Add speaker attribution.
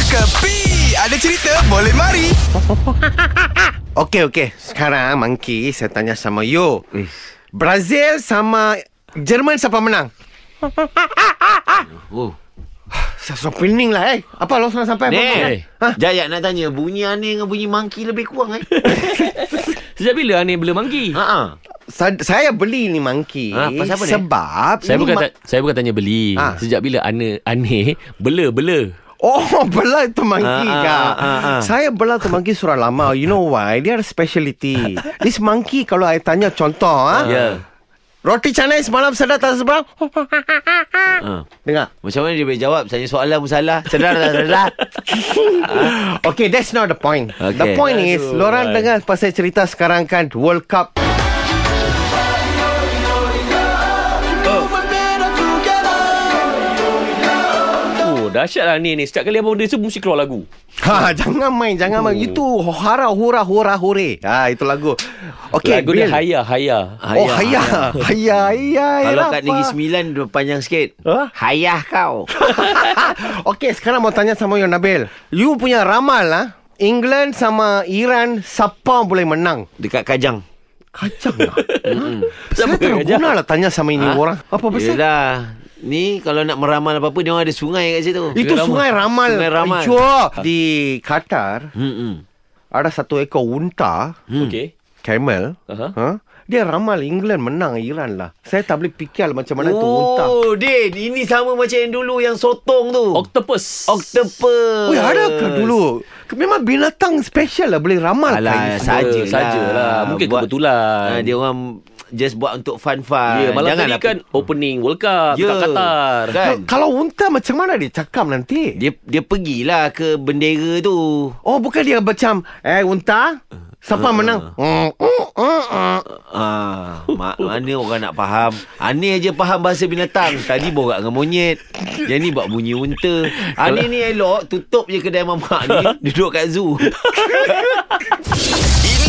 Speaker 1: Kepi Ada cerita boleh mari
Speaker 2: Okey okey. Sekarang Monkey saya tanya sama you.
Speaker 3: Hmm.
Speaker 2: Brazil sama Jerman siapa menang?
Speaker 3: Oh.
Speaker 2: Saya suruh pening lah eh. Apa lo suruh sampai apa?
Speaker 3: Ni.
Speaker 2: Ha?
Speaker 3: Ha? Jayat nak tanya, bunyi aneh dengan bunyi monkey lebih kurang eh?
Speaker 4: Sejak bila Ani bela mangki?
Speaker 3: ha ah.
Speaker 2: Saya, saya beli ni Monkey
Speaker 3: Ah, pasal apa ni?
Speaker 2: sebab
Speaker 4: Saya
Speaker 2: ini
Speaker 4: bukan
Speaker 2: ma-
Speaker 4: ta- saya bukan tanya beli.
Speaker 2: Ah.
Speaker 4: Sejak bila Ani Ani bela bela?
Speaker 2: Oh, bela tu monkey ah,
Speaker 3: Ah,
Speaker 2: kah?
Speaker 3: ah, ah, ah.
Speaker 2: Saya bela tu monkey surah lama. You know why? Dia ada speciality. This monkey kalau saya tanya contoh ah.
Speaker 3: Ya.
Speaker 2: Roti canai semalam sedap tak seberang?
Speaker 3: Ha.
Speaker 2: Dengar.
Speaker 3: Macam mana dia boleh jawab? Tanya soalan pun salah. Sedar dah sedar.
Speaker 2: Okay, that's not the point.
Speaker 3: Okay.
Speaker 2: The point is,
Speaker 3: Aduh,
Speaker 2: lorang
Speaker 3: boy.
Speaker 2: dengar pasal cerita sekarang kan World Cup.
Speaker 4: Oh, dahsyat lah Ani ni. Setiap kali abang dia tu mesti keluar lagu.
Speaker 2: Ha, jangan main, jangan main. Itu hara hura hura hure. Ha, itu lagu. Okay,
Speaker 4: lagu dia
Speaker 2: Bill.
Speaker 4: Haya Haya.
Speaker 2: Oh, haya. Haya, haya.
Speaker 3: Kalau kat
Speaker 2: apa?
Speaker 3: Negeri Sembilan dia panjang sikit.
Speaker 2: Ha?
Speaker 3: Hayah kau.
Speaker 2: Okay, sekarang mau tanya sama you, Nabil. You punya ramal lah. England sama Iran, siapa boleh menang?
Speaker 3: Dekat Kajang.
Speaker 2: Kacang lah. ha?
Speaker 3: Hmm.
Speaker 2: Saya
Speaker 4: Siapa kacang?
Speaker 2: terguna lah tanya sama ini orang. Apa pasal?
Speaker 3: Ha? Yelah. Ni kalau nak meramal apa-apa, dia orang ada sungai kat situ.
Speaker 2: Itu sungai ramal.
Speaker 3: Sungai Ramal. Ha.
Speaker 2: Yo, di Qatar,
Speaker 3: Hmm.
Speaker 2: ada satu ekor unta
Speaker 3: Hmm.
Speaker 4: Okey.
Speaker 2: camel
Speaker 4: Aha.
Speaker 2: ha? dia ramal England menang Iran lah saya tak boleh fikir lah macam mana tu unta
Speaker 3: Oh, Din. Ini sama macam yang dulu yang sotong tu.
Speaker 4: Octopus.
Speaker 2: Oi,
Speaker 3: Octopus.
Speaker 2: ada ke dulu? Memang binatang special lah boleh ramal kan?
Speaker 3: Alah, saja lah.
Speaker 4: sajalah. Mungkin kebetulan.
Speaker 3: Ha, dia orang just buat untuk fun-fun.
Speaker 4: Ya, malam tadi
Speaker 3: Janganlah
Speaker 4: kan opening World Cup
Speaker 3: Ya.
Speaker 4: yeah. kat Qatar.
Speaker 3: Kan?
Speaker 2: Kalau unta macam mana dia cakap nanti?
Speaker 3: Dia dia pergilah ke bendera tu.
Speaker 2: Oh, bukan dia macam eh unta siapa
Speaker 3: Uh-huh.
Speaker 2: menang? Mm, mm, mm, mm.
Speaker 3: Ah, mak mana orang nak faham? Ani aja faham bahasa binatang. Tadi borak dengan monyet. Yang ni buat bunyi unta. Ani ni elok tutup je kedai mamak ni, duduk kat zoo.
Speaker 1: Ini